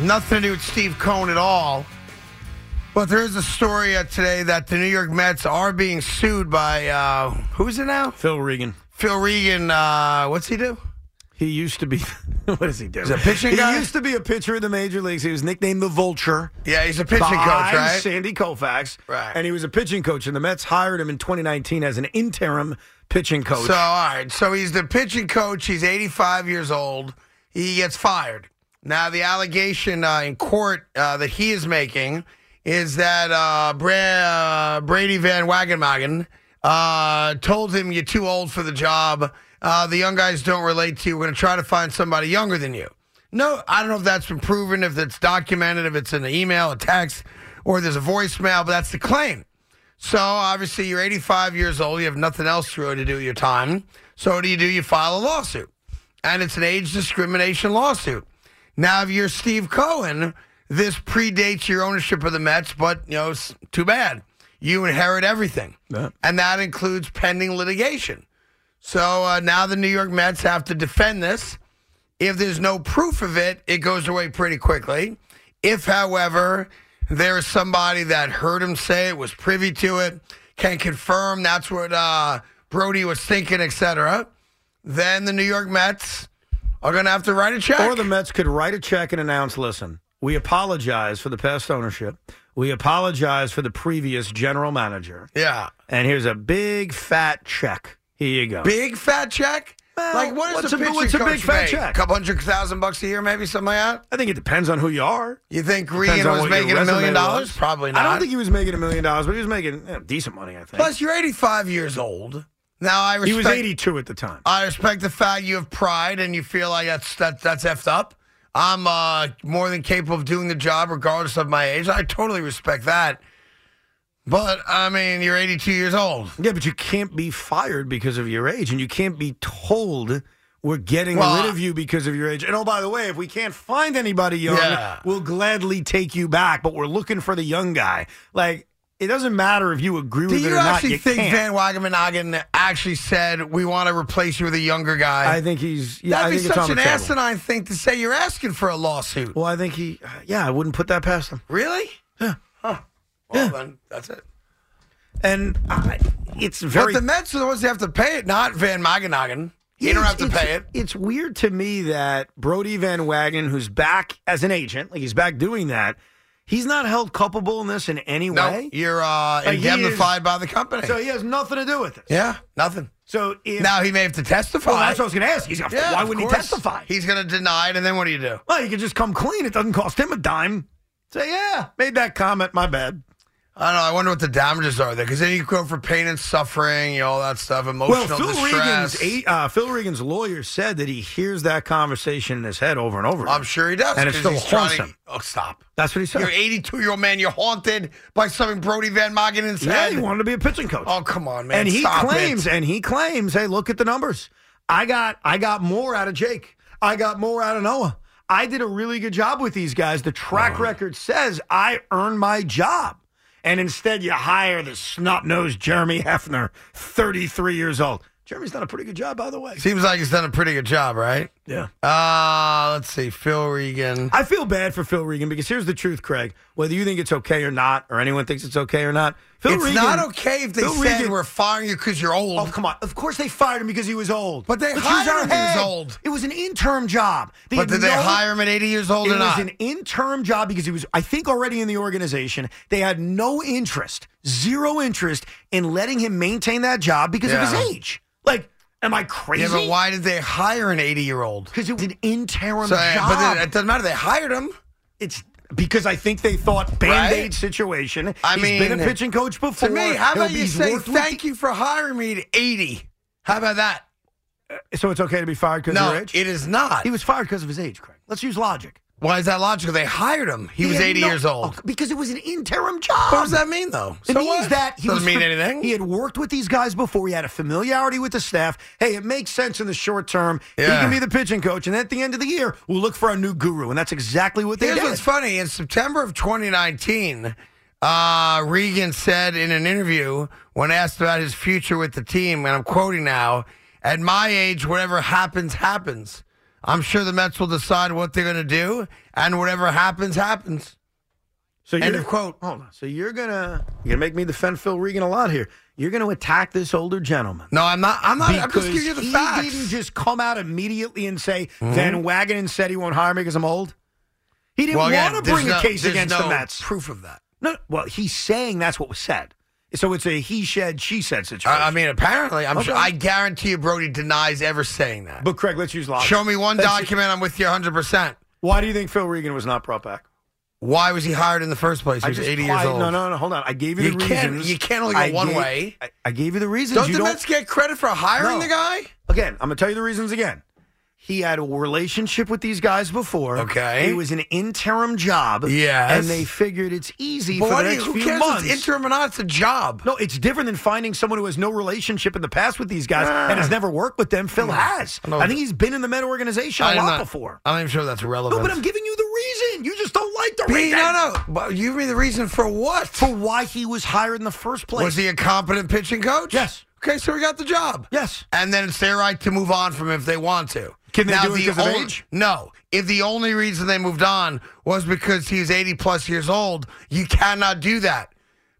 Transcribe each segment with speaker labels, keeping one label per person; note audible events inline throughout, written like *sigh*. Speaker 1: Nothing to do with Steve Cohen at all. But there is a story uh, today that the New York Mets are being sued by uh, who's it now?
Speaker 2: Phil Regan.
Speaker 1: Phil Regan. Uh, what's he do?
Speaker 2: He used to be. *laughs* what does he do?
Speaker 1: He's a pitching
Speaker 2: he
Speaker 1: guy?
Speaker 2: used to be a pitcher in the major leagues. He was nicknamed the Vulture.
Speaker 1: Yeah, he's a pitching coach,
Speaker 2: by
Speaker 1: right?
Speaker 2: Sandy Koufax.
Speaker 1: Right.
Speaker 2: And he was a pitching coach, and the Mets hired him in 2019 as an interim pitching coach.
Speaker 1: So all right, so he's the pitching coach. He's 85 years old. He gets fired. Now the allegation uh, in court uh, that he is making is that uh, Bra- uh, Brady Van Wagenmagen uh, told him you're too old for the job. Uh, the young guys don't relate to you. We're going to try to find somebody younger than you. No, I don't know if that's been proven, if it's documented, if it's in an email, a text, or there's a voicemail, but that's the claim. So obviously, you're 85 years old. You have nothing else really to do with your time. So what do you do? You file a lawsuit, and it's an age discrimination lawsuit. Now, if you're Steve Cohen, this predates your ownership of the Mets, but you know, it's too bad. You inherit everything,
Speaker 2: Yeah.
Speaker 1: and that includes pending litigation. So uh, now the New York Mets have to defend this. If there's no proof of it, it goes away pretty quickly. If, however, there is somebody that heard him say it, was privy to it, can confirm that's what uh, Brody was thinking, etc., then the New York Mets are going to have to write a check.
Speaker 2: Or the Mets could write a check and announce listen, we apologize for the past ownership. We apologize for the previous general manager.
Speaker 1: yeah,
Speaker 2: And here's a big fat check. Here you go.
Speaker 1: big fat check.
Speaker 2: Well,
Speaker 1: like what is
Speaker 2: what's
Speaker 1: a,
Speaker 2: a-
Speaker 1: pitching
Speaker 2: what's a
Speaker 1: coach
Speaker 2: big fat
Speaker 1: make?
Speaker 2: check?
Speaker 1: Couple hundred thousand bucks a year, maybe something like that.
Speaker 2: I think it depends on who you are.
Speaker 1: You think
Speaker 2: Depends
Speaker 1: Regan
Speaker 2: on
Speaker 1: was
Speaker 2: what your
Speaker 1: making a
Speaker 2: resume
Speaker 1: million
Speaker 2: was.
Speaker 1: dollars? Probably not.
Speaker 2: I don't think he was making a million dollars, but he was making eh, decent money, I think.
Speaker 1: Plus, you're 85 years old. Now I
Speaker 2: he
Speaker 1: respect.
Speaker 2: was 82 at the time.
Speaker 1: I respect the fact you have pride and you feel like that's that, that's effed up. I'm uh, more than capable of doing the job regardless of my age. I totally respect that. But I mean, you're 82 years old.
Speaker 2: Yeah, but you can't be fired because of your age, and you can't be told we're getting
Speaker 1: Well,
Speaker 2: rid of you because of your age. And oh, by the way, if we can't find anybody young,
Speaker 1: Yeah.
Speaker 2: we'll gladly take you back, but we're looking for the young guy. Like, it doesn't matter if you agree
Speaker 1: Do
Speaker 2: with it
Speaker 1: you
Speaker 2: or not.
Speaker 1: actually
Speaker 2: you
Speaker 1: think Van
Speaker 2: can't.
Speaker 1: Wagemanagin actually said we want to replace you with a younger guy?
Speaker 2: I think he's. Yeah, I
Speaker 1: That'd
Speaker 2: think
Speaker 1: be
Speaker 2: it's
Speaker 1: such
Speaker 2: on
Speaker 1: an
Speaker 2: the table.
Speaker 1: asinine thing to say. You're asking for a lawsuit.
Speaker 2: Well, I think he. Yeah, I wouldn't put that past him.
Speaker 1: Really?
Speaker 2: Yeah.
Speaker 1: Huh. Well, then that's it.
Speaker 2: And I, it's very.
Speaker 1: but the Mets are the ones that have to pay it, not Van Wagemanagin. You don't
Speaker 2: It's-
Speaker 1: have to
Speaker 2: it's-
Speaker 1: pay it.
Speaker 2: It's weird to me that Brody Van Wagen, who's back as an agent, like he's back doing that, he's not held culpable in this in any
Speaker 1: No,
Speaker 2: way.
Speaker 1: you're uh,
Speaker 2: Like, he is-
Speaker 1: indemnified by the company.
Speaker 2: So he has nothing to do with it.
Speaker 1: Yeah, nothing.
Speaker 2: So if,
Speaker 1: Now he may have to testify.
Speaker 2: well, that's what I was going to ask. He's gonna,
Speaker 1: Yeah,
Speaker 2: why
Speaker 1: of
Speaker 2: wouldn't he
Speaker 1: course.
Speaker 2: testify?
Speaker 1: He's going to deny it, and then what do you do?
Speaker 2: well, he could just come clean. It doesn't cost him a dime. Say, yeah, made that comment. My bad.
Speaker 1: I don't know. I wonder what the damages are there, because then you go for pain and suffering, you know, all that stuff,
Speaker 2: Well,
Speaker 1: emotional
Speaker 2: Phil
Speaker 1: distress.
Speaker 2: Regan's, eight- uh, Phil Regan's lawyer said that he hears that conversation in his head over and over. Again.
Speaker 1: I'm sure he does.
Speaker 2: And it
Speaker 1: 'cause
Speaker 2: still
Speaker 1: he's trying
Speaker 2: haunts
Speaker 1: to-
Speaker 2: him.
Speaker 1: Oh, stop.
Speaker 2: That's what he said.
Speaker 1: You're 82 year old man. You're haunted by something Brody Van Magenen's
Speaker 2: yeah,
Speaker 1: head.
Speaker 2: he wanted to be a pitching coach.
Speaker 1: oh, come on, man.
Speaker 2: and he
Speaker 1: Stop it.
Speaker 2: claims, and he claims, hey, look at the numbers. I got, I got more out of Jake. I got more out of Noah. I did a really good job with these guys. The track record says I earned my job. And instead, you hire the snot nosed Jeremy Hefner, 33 years old. Jeremy's done a pretty good job, by the way.
Speaker 1: Seems like he's done a pretty good job, right?
Speaker 2: Yeah.
Speaker 1: Uh, let's see. Phil Regan.
Speaker 2: I feel bad for Phil Regan because here's the truth, Craig. Whether you think it's okay or not, or anyone thinks it's okay or not, Phil
Speaker 1: it's
Speaker 2: Regan.
Speaker 1: not okay if they
Speaker 2: Phil
Speaker 1: said
Speaker 2: Regan-
Speaker 1: we're firing you because you're old.
Speaker 2: Oh, come on. Of course they fired him because he was old.
Speaker 1: But they
Speaker 2: he was
Speaker 1: hired
Speaker 2: our
Speaker 1: him. He was
Speaker 2: head.
Speaker 1: old.
Speaker 2: It was an interim job. They
Speaker 1: but
Speaker 2: had
Speaker 1: did they
Speaker 2: no-
Speaker 1: hire him at 80 years old
Speaker 2: It
Speaker 1: or not?
Speaker 2: was an interim job because he was, I think, already in the organization. They had no interest, zero interest in letting him maintain that job because of
Speaker 1: Yeah.
Speaker 2: his age. Like, am I crazy?
Speaker 1: yeah, but why did they hire an 80 year old?
Speaker 2: Because it was an interim
Speaker 1: So, uh,
Speaker 2: job.
Speaker 1: but it doesn't matter. They hired him.
Speaker 2: it's because I think they thought band aid situation.
Speaker 1: I
Speaker 2: He's
Speaker 1: mean,
Speaker 2: been a pitching coach before.
Speaker 1: To me, how
Speaker 2: He'll
Speaker 1: about
Speaker 2: be-
Speaker 1: you
Speaker 2: he's
Speaker 1: say
Speaker 2: worked with
Speaker 1: thank you for hiring me at 80? How about that?
Speaker 2: the- So it's okay to be fired because
Speaker 1: No,
Speaker 2: of your age.
Speaker 1: it is not.
Speaker 2: he was fired because of his age, Craig. Let's use logic.
Speaker 1: Why is that logical? They hired him. He, was
Speaker 2: had
Speaker 1: 80
Speaker 2: no-
Speaker 1: years old.
Speaker 2: Oh, because it was an interim job.
Speaker 1: What does that mean, though?
Speaker 2: It
Speaker 1: So
Speaker 2: means
Speaker 1: what?
Speaker 2: that he
Speaker 1: doesn't
Speaker 2: was
Speaker 1: mean
Speaker 2: fam-
Speaker 1: anything.
Speaker 2: He had worked with these guys before. He had a familiarity with the staff. Hey, it makes sense in the short term. He
Speaker 1: Yeah.
Speaker 2: can be the pitching coach, and at the end of the year, we'll look for a new guru, and that's exactly what they
Speaker 1: Here's
Speaker 2: did.
Speaker 1: what's funny. In September of 2019, uh, Regan said in an interview when asked about his future with the team, and I'm quoting now, at my age, whatever happens, happens. I'm sure the Mets will decide what they're going to do, and whatever happens, happens.
Speaker 2: So
Speaker 1: End
Speaker 2: you're-
Speaker 1: of quote.
Speaker 2: Hold on. So you're gonna you're gonna make me defend Phil Regan a lot here. You're gonna attack this older gentleman.
Speaker 1: No, I'm not. I'm not. I'm
Speaker 2: because
Speaker 1: just giving you the
Speaker 2: he
Speaker 1: facts.
Speaker 2: didn't just come out immediately and say
Speaker 1: Mm-hmm.
Speaker 2: Van Wagenen said he won't hire me because I'm old. He didn't
Speaker 1: Well, again,
Speaker 2: want to
Speaker 1: there's
Speaker 2: bring
Speaker 1: no-
Speaker 2: a case
Speaker 1: there's
Speaker 2: against
Speaker 1: no
Speaker 2: the Mets.
Speaker 1: Proof of that.
Speaker 2: No, well, he's saying that's what was said. So it's a he said, she said situation.
Speaker 1: I, I mean, apparently, I'm. Sure,
Speaker 2: Okay.
Speaker 1: I guarantee you, Brody denies ever saying that.
Speaker 2: but Craig, let's use logic.
Speaker 1: Show me one
Speaker 2: Let's-
Speaker 1: document. I'm with you 100. percent
Speaker 2: Why do you think Phil Regan was not brought back?
Speaker 1: Why was he hired in the first place? He
Speaker 2: I
Speaker 1: was
Speaker 2: just
Speaker 1: 80 years
Speaker 2: plied-
Speaker 1: old.
Speaker 2: No, no, no. Hold on. I gave you,
Speaker 1: You
Speaker 2: the
Speaker 1: can't-
Speaker 2: reasons.
Speaker 1: you can't only go
Speaker 2: I
Speaker 1: one
Speaker 2: gave-
Speaker 1: way.
Speaker 2: I, I gave you the reasons.
Speaker 1: Don't
Speaker 2: you
Speaker 1: the
Speaker 2: don't,
Speaker 1: Mets get credit for hiring
Speaker 2: No.
Speaker 1: the guy?
Speaker 2: Again, I'm gonna tell you the reasons again. He had a relationship with these guys before.
Speaker 1: Okay.
Speaker 2: It was an interim job.
Speaker 1: Yes.
Speaker 2: And they figured it's easy
Speaker 1: But
Speaker 2: for
Speaker 1: why
Speaker 2: the
Speaker 1: do you,
Speaker 2: next
Speaker 1: who
Speaker 2: few
Speaker 1: cares if
Speaker 2: months.
Speaker 1: it's interim or not? It's a job.
Speaker 2: no, it's different than finding someone who has no relationship in the past with these guys and has never worked with them. Phil has.
Speaker 1: Ah. I know.
Speaker 2: I think he's been in the Met organization a
Speaker 1: I'm
Speaker 2: lot
Speaker 1: not-
Speaker 2: before.
Speaker 1: I'm not even sure that's relevant.
Speaker 2: No, but I'm giving you the reason. You just don't like the
Speaker 1: Pete,
Speaker 2: reason.
Speaker 1: no, no. But you give me the reason for what?
Speaker 2: For why he was hired in the first place.
Speaker 1: was he a competent pitching coach?
Speaker 2: Yes.
Speaker 1: Okay, so we got the job.
Speaker 2: Yes.
Speaker 1: And then it's their right to move on from him if they want to.
Speaker 2: Can they
Speaker 1: now,
Speaker 2: do it
Speaker 1: the
Speaker 2: because of
Speaker 1: only-
Speaker 2: age?
Speaker 1: No. If the only reason they moved on was because he's 80 plus years old, you cannot do that.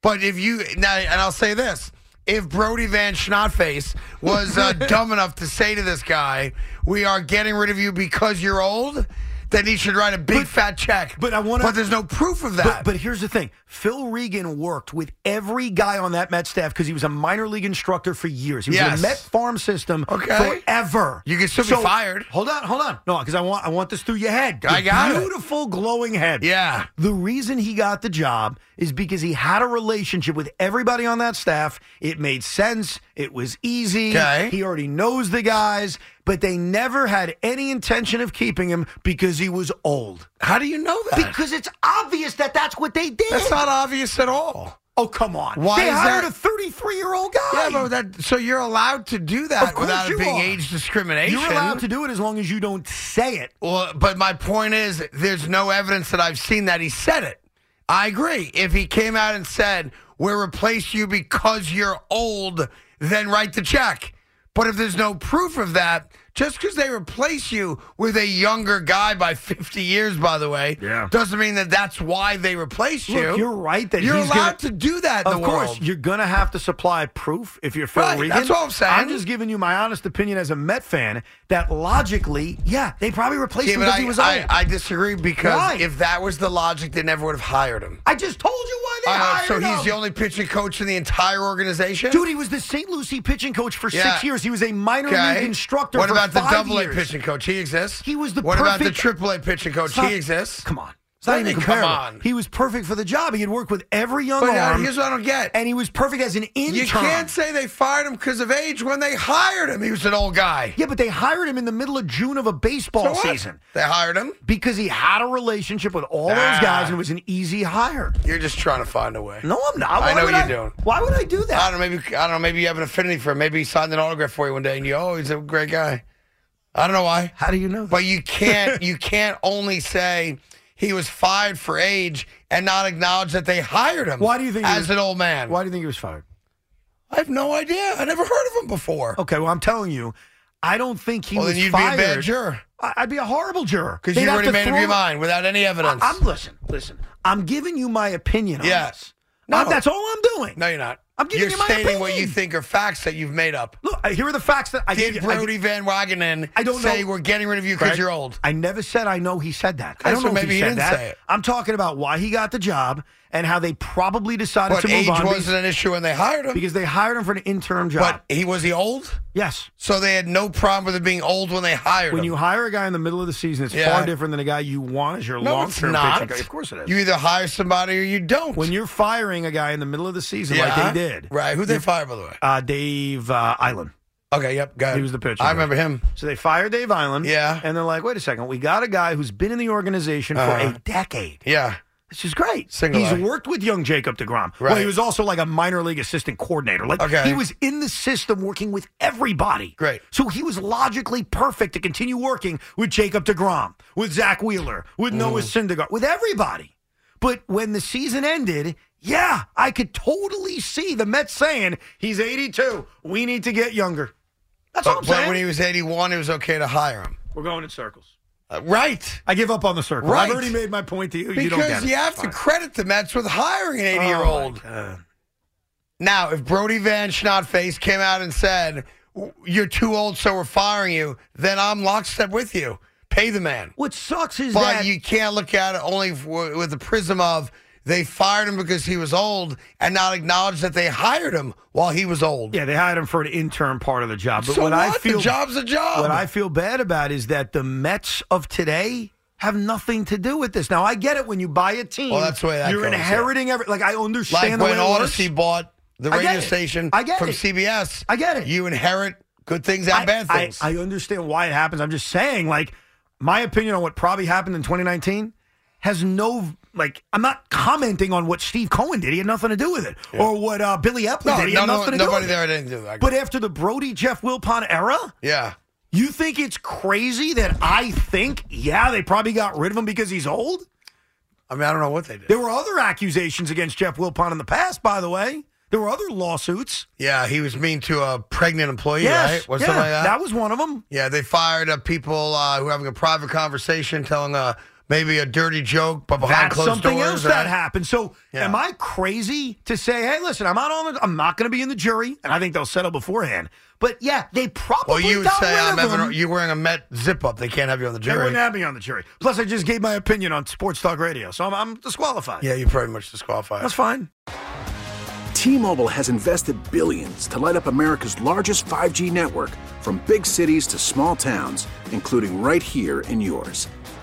Speaker 1: But if you now, and I'll say this: if Brody Van Schnottface was
Speaker 2: *laughs*
Speaker 1: uh, dumb enough to say to this guy, "We are getting rid of you because you're old," then he should write a big
Speaker 2: But-
Speaker 1: fat check.
Speaker 2: but I wanna-
Speaker 1: But there's no proof of that.
Speaker 2: But, but here's the thing Phil Regan worked with every guy on that Met staff because he was a minor league instructor for years. He was
Speaker 1: Yes.
Speaker 2: in a Met farm system
Speaker 1: Okay.
Speaker 2: forever.
Speaker 1: You can still be fired.
Speaker 2: Hold on, hold on. No, because I want, I want this through your head.
Speaker 1: I
Speaker 2: Your
Speaker 1: got it.
Speaker 2: Beautiful, glowing head.
Speaker 1: Yeah.
Speaker 2: The reason he got the job is because he had a relationship with everybody on that staff. It made sense. It was easy.
Speaker 1: Okay.
Speaker 2: He already knows the guys, but they never had any intention of keeping him because he was old.
Speaker 1: How do you know that?
Speaker 2: Because it's obvious that that's what they did.
Speaker 1: That's not obvious at all.
Speaker 2: Oh come on!
Speaker 1: Why
Speaker 2: they
Speaker 1: is
Speaker 2: hired
Speaker 1: that-
Speaker 2: a 33 year old guy?
Speaker 1: Yeah, but that so you're allowed to do
Speaker 2: Of
Speaker 1: that
Speaker 2: course
Speaker 1: without it
Speaker 2: you
Speaker 1: being
Speaker 2: are.
Speaker 1: age discrimination.
Speaker 2: you're allowed to do it as long as you don't say it.
Speaker 1: Well, but my point is, there's no evidence that I've seen that he said it. I agree. If he came out and said, "We'll replace you because you're old," then write the check. But if there's no proof of that, just because they replace you with a younger guy by 50 years, by the way,
Speaker 2: Yeah.
Speaker 1: doesn't mean that that's why they replace you.
Speaker 2: Look, you're right that
Speaker 1: you're
Speaker 2: he's
Speaker 1: allowed to
Speaker 2: gonna-
Speaker 1: do that. In
Speaker 2: of
Speaker 1: the
Speaker 2: course,
Speaker 1: world.
Speaker 2: you're gonna have to supply proof if you're Phil
Speaker 1: Right,
Speaker 2: Regan.
Speaker 1: that's what I'm saying.
Speaker 2: I'm just giving you my honest opinion as a Met fan that logically, yeah, they probably replaced
Speaker 1: Yeah,
Speaker 2: him
Speaker 1: but
Speaker 2: because
Speaker 1: I,
Speaker 2: he was old.
Speaker 1: I, I disagree because
Speaker 2: Why?
Speaker 1: if that was the logic, they never would have hired him.
Speaker 2: I just told you why they
Speaker 1: Uh,
Speaker 2: hired
Speaker 1: so he's
Speaker 2: him.
Speaker 1: the only pitching coach in the entire organization.
Speaker 2: Dude, he was the St. Lucie pitching coach for
Speaker 1: Yeah.
Speaker 2: six years. He was a minor
Speaker 1: Okay.
Speaker 2: league instructor.
Speaker 1: What
Speaker 2: for
Speaker 1: about
Speaker 2: five
Speaker 1: the double A
Speaker 2: years.
Speaker 1: pitching coach? He exists.
Speaker 2: He was the
Speaker 1: What about the
Speaker 2: perfect-
Speaker 1: triple A pitching coach?
Speaker 2: It's not-
Speaker 1: Oh, he exists.
Speaker 2: Come on. It's
Speaker 1: What do
Speaker 2: not
Speaker 1: you
Speaker 2: even
Speaker 1: mean, come
Speaker 2: comparable.
Speaker 1: on?
Speaker 2: He was perfect for the job. He had worked with every young
Speaker 1: But uh,
Speaker 2: arm.
Speaker 1: here's what I don't get.
Speaker 2: and he was perfect as an intern.
Speaker 1: you can't say they fired him because of age when they hired him. He was an old guy.
Speaker 2: Yeah, but they hired him in the middle of June of a
Speaker 1: So
Speaker 2: baseball
Speaker 1: what?
Speaker 2: season
Speaker 1: They hired him.
Speaker 2: because he had a relationship with all
Speaker 1: Nah.
Speaker 2: those guys and it was an easy hire.
Speaker 1: You're just trying to find a way.
Speaker 2: No, I'm not. Why
Speaker 1: I know
Speaker 2: would
Speaker 1: you
Speaker 2: I,
Speaker 1: don't.
Speaker 2: Why would I do
Speaker 1: I
Speaker 2: that?
Speaker 1: don't know. Maybe I don't know. Maybe you have an affinity for him. Maybe he signed an autograph for you one day, and you oh, he's a great guy. I don't know why.
Speaker 2: How do you know? That?
Speaker 1: But you
Speaker 2: *laughs*
Speaker 1: can't you can't only say he was fired for age and not acknowledge that they hired him.
Speaker 2: Why do you think he
Speaker 1: as
Speaker 2: was-
Speaker 1: an old man?
Speaker 2: Why do you think he was fired?
Speaker 1: I have no idea. I never heard of him before.
Speaker 2: Okay, well I'm telling you, I don't think he
Speaker 1: well,
Speaker 2: was
Speaker 1: then you'd
Speaker 2: fired.
Speaker 1: be a bad juror.
Speaker 2: I- I'd be a horrible juror
Speaker 1: Because
Speaker 2: They'd
Speaker 1: you
Speaker 2: have
Speaker 1: already
Speaker 2: to
Speaker 1: made up
Speaker 2: throw-
Speaker 1: your mind without any evidence.
Speaker 2: I- I'm listen, listen. I'm giving you my opinion. on
Speaker 1: Yes.
Speaker 2: this.
Speaker 1: No.
Speaker 2: I'm- that's all I'm doing.
Speaker 1: no, you're not.
Speaker 2: I'm giving
Speaker 1: you're
Speaker 2: you my
Speaker 1: stating what you
Speaker 2: opinion.
Speaker 1: think are facts that you've made up.
Speaker 2: Look, I- here are the facts that I
Speaker 1: Did
Speaker 2: gave you. I-
Speaker 1: Brody Van Wagenen
Speaker 2: I don't
Speaker 1: say
Speaker 2: know-
Speaker 1: we're getting rid of you
Speaker 2: Craig,
Speaker 1: because you're old?
Speaker 2: I never said I know he said that. I
Speaker 1: Okay,
Speaker 2: don't
Speaker 1: so
Speaker 2: know if
Speaker 1: maybe
Speaker 2: he,
Speaker 1: he
Speaker 2: said
Speaker 1: didn't
Speaker 2: that.
Speaker 1: say it.
Speaker 2: I'm talking about why he got the job and how they probably decided
Speaker 1: But
Speaker 2: to move
Speaker 1: age
Speaker 2: on
Speaker 1: wasn't an issue when they hired him.
Speaker 2: because they hired him for an interim job.
Speaker 1: But he was he old?
Speaker 2: yes.
Speaker 1: So they had no problem with him being old when they hired
Speaker 2: When
Speaker 1: him.
Speaker 2: you hire a guy in the middle of the season, it's
Speaker 1: Yeah.
Speaker 2: far different than a guy you want as your
Speaker 1: no, it's
Speaker 2: long-term
Speaker 1: not.
Speaker 2: pitching coach. Of course it is.
Speaker 1: You either hire somebody or you don't.
Speaker 2: when you're firing a guy in the middle of the season
Speaker 1: Yeah.
Speaker 2: like they did,
Speaker 1: Right. Who they fire, by the way?
Speaker 2: uh, Dave uh, Island.
Speaker 1: Okay, yep, got it.
Speaker 2: He was the pitcher.
Speaker 1: I remember him.
Speaker 2: So they fire Dave Island.
Speaker 1: Yeah.
Speaker 2: And they're like, wait a second, we got a guy who's been in the organization
Speaker 1: Uh-huh.
Speaker 2: for a decade.
Speaker 1: Yeah.
Speaker 2: This is great.
Speaker 1: Single
Speaker 2: He's
Speaker 1: A.
Speaker 2: worked with young Jacob DeGrom. Well,
Speaker 1: Right.
Speaker 2: he was also like a minor league assistant coordinator. Like
Speaker 1: Okay.
Speaker 2: he was in the system working with everybody.
Speaker 1: Great.
Speaker 2: So he was logically perfect to continue working with Jacob DeGrom, with Zach Wheeler,
Speaker 1: Mm.
Speaker 2: with Noah Syndergaard, with everybody. But when the season ended, yeah, I could totally see the Mets saying, he's 82. We need to get younger. That's all I'm
Speaker 1: But, but
Speaker 2: saying.
Speaker 1: when he was 81, it was okay to hire him.
Speaker 2: We're going in circles.
Speaker 1: Uh, right.
Speaker 2: I give up on the circle.
Speaker 1: Right.
Speaker 2: I've already made my point to you. you don't
Speaker 1: Because
Speaker 2: get it.
Speaker 1: you, have
Speaker 2: It's
Speaker 1: to
Speaker 2: fine.
Speaker 1: credit the Mets with hiring an 80 year
Speaker 2: Oh,
Speaker 1: old.
Speaker 2: my God.
Speaker 1: Now, if Brody Van Schnottface came out and said, You're too old, so we're firing you, then I'm lockstep with you. Pay the man.
Speaker 2: What sucks is
Speaker 1: But
Speaker 2: that
Speaker 1: you can't look at it only f- with the prism of they fired him because he was old and not acknowledge that they hired him while he was old.
Speaker 2: yeah, they hired him for an intern part of the job. But
Speaker 1: so
Speaker 2: what, I
Speaker 1: what?
Speaker 2: feel
Speaker 1: the job's a job.
Speaker 2: what I feel bad about is that the Mets of today have nothing to do with this. Now I get it when you buy a team,
Speaker 1: Well, that's the way that
Speaker 2: you're
Speaker 1: goes, yeah.
Speaker 2: inheriting every. Like I understand
Speaker 1: like
Speaker 2: the way
Speaker 1: when
Speaker 2: it works.
Speaker 1: Odyssey bought the
Speaker 2: I get
Speaker 1: radio
Speaker 2: it.
Speaker 1: station
Speaker 2: I get
Speaker 1: from
Speaker 2: it.
Speaker 1: CBS.
Speaker 2: I get it.
Speaker 1: You inherit good things and
Speaker 2: I-
Speaker 1: bad
Speaker 2: I,
Speaker 1: things.
Speaker 2: I, understand why it happens. I'm just saying, like, my opinion on what probably happened in 2019 has no, like, I'm not commenting on what Steve Cohen did. He had nothing to do with it. Or what uh, Billy Epler
Speaker 1: no,
Speaker 2: did. He
Speaker 1: no,
Speaker 2: had
Speaker 1: no,
Speaker 2: nothing to do
Speaker 1: nobody
Speaker 2: with
Speaker 1: there
Speaker 2: it.
Speaker 1: didn't do that.
Speaker 2: But after the Brody Jeff Wilpon era,
Speaker 1: yeah.
Speaker 2: you think it's crazy that I think, yeah, they probably got rid of him because he's old?
Speaker 1: I mean, I don't know what they did.
Speaker 2: There were other accusations against Jeff Wilpon in the past, by the way. There were other lawsuits.
Speaker 1: Yeah, he was mean to a pregnant employee,
Speaker 2: Yes,
Speaker 1: right? Or
Speaker 2: yeah,
Speaker 1: something like that.
Speaker 2: was one of them.
Speaker 1: yeah, they fired up people uh, who were having a private conversation, telling uh, maybe a dirty joke, but behind
Speaker 2: That's
Speaker 1: closed
Speaker 2: something
Speaker 1: doors.
Speaker 2: else
Speaker 1: right?
Speaker 2: that happened. So,
Speaker 1: Yeah.
Speaker 2: am I crazy to say, "Hey, listen, I'm not on. The, I'm not going to be in the jury," and I think they'll settle beforehand. But yeah, they
Speaker 1: Well,
Speaker 2: probably
Speaker 1: you would
Speaker 2: got
Speaker 1: say
Speaker 2: rid
Speaker 1: I'm
Speaker 2: of
Speaker 1: having,
Speaker 2: him.
Speaker 1: you're wearing a Met zip up. They can't have you on the
Speaker 2: they
Speaker 1: jury.
Speaker 2: wouldn't have me on the jury. Plus, I just gave my opinion on sports talk radio, so I'm, I'm disqualified.
Speaker 1: yeah, you're pretty much disqualified.
Speaker 2: that's fine.
Speaker 3: T-Mobile has invested billions to light up America's largest 5G network from big cities to small towns, including right here in yours.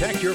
Speaker 4: Protect your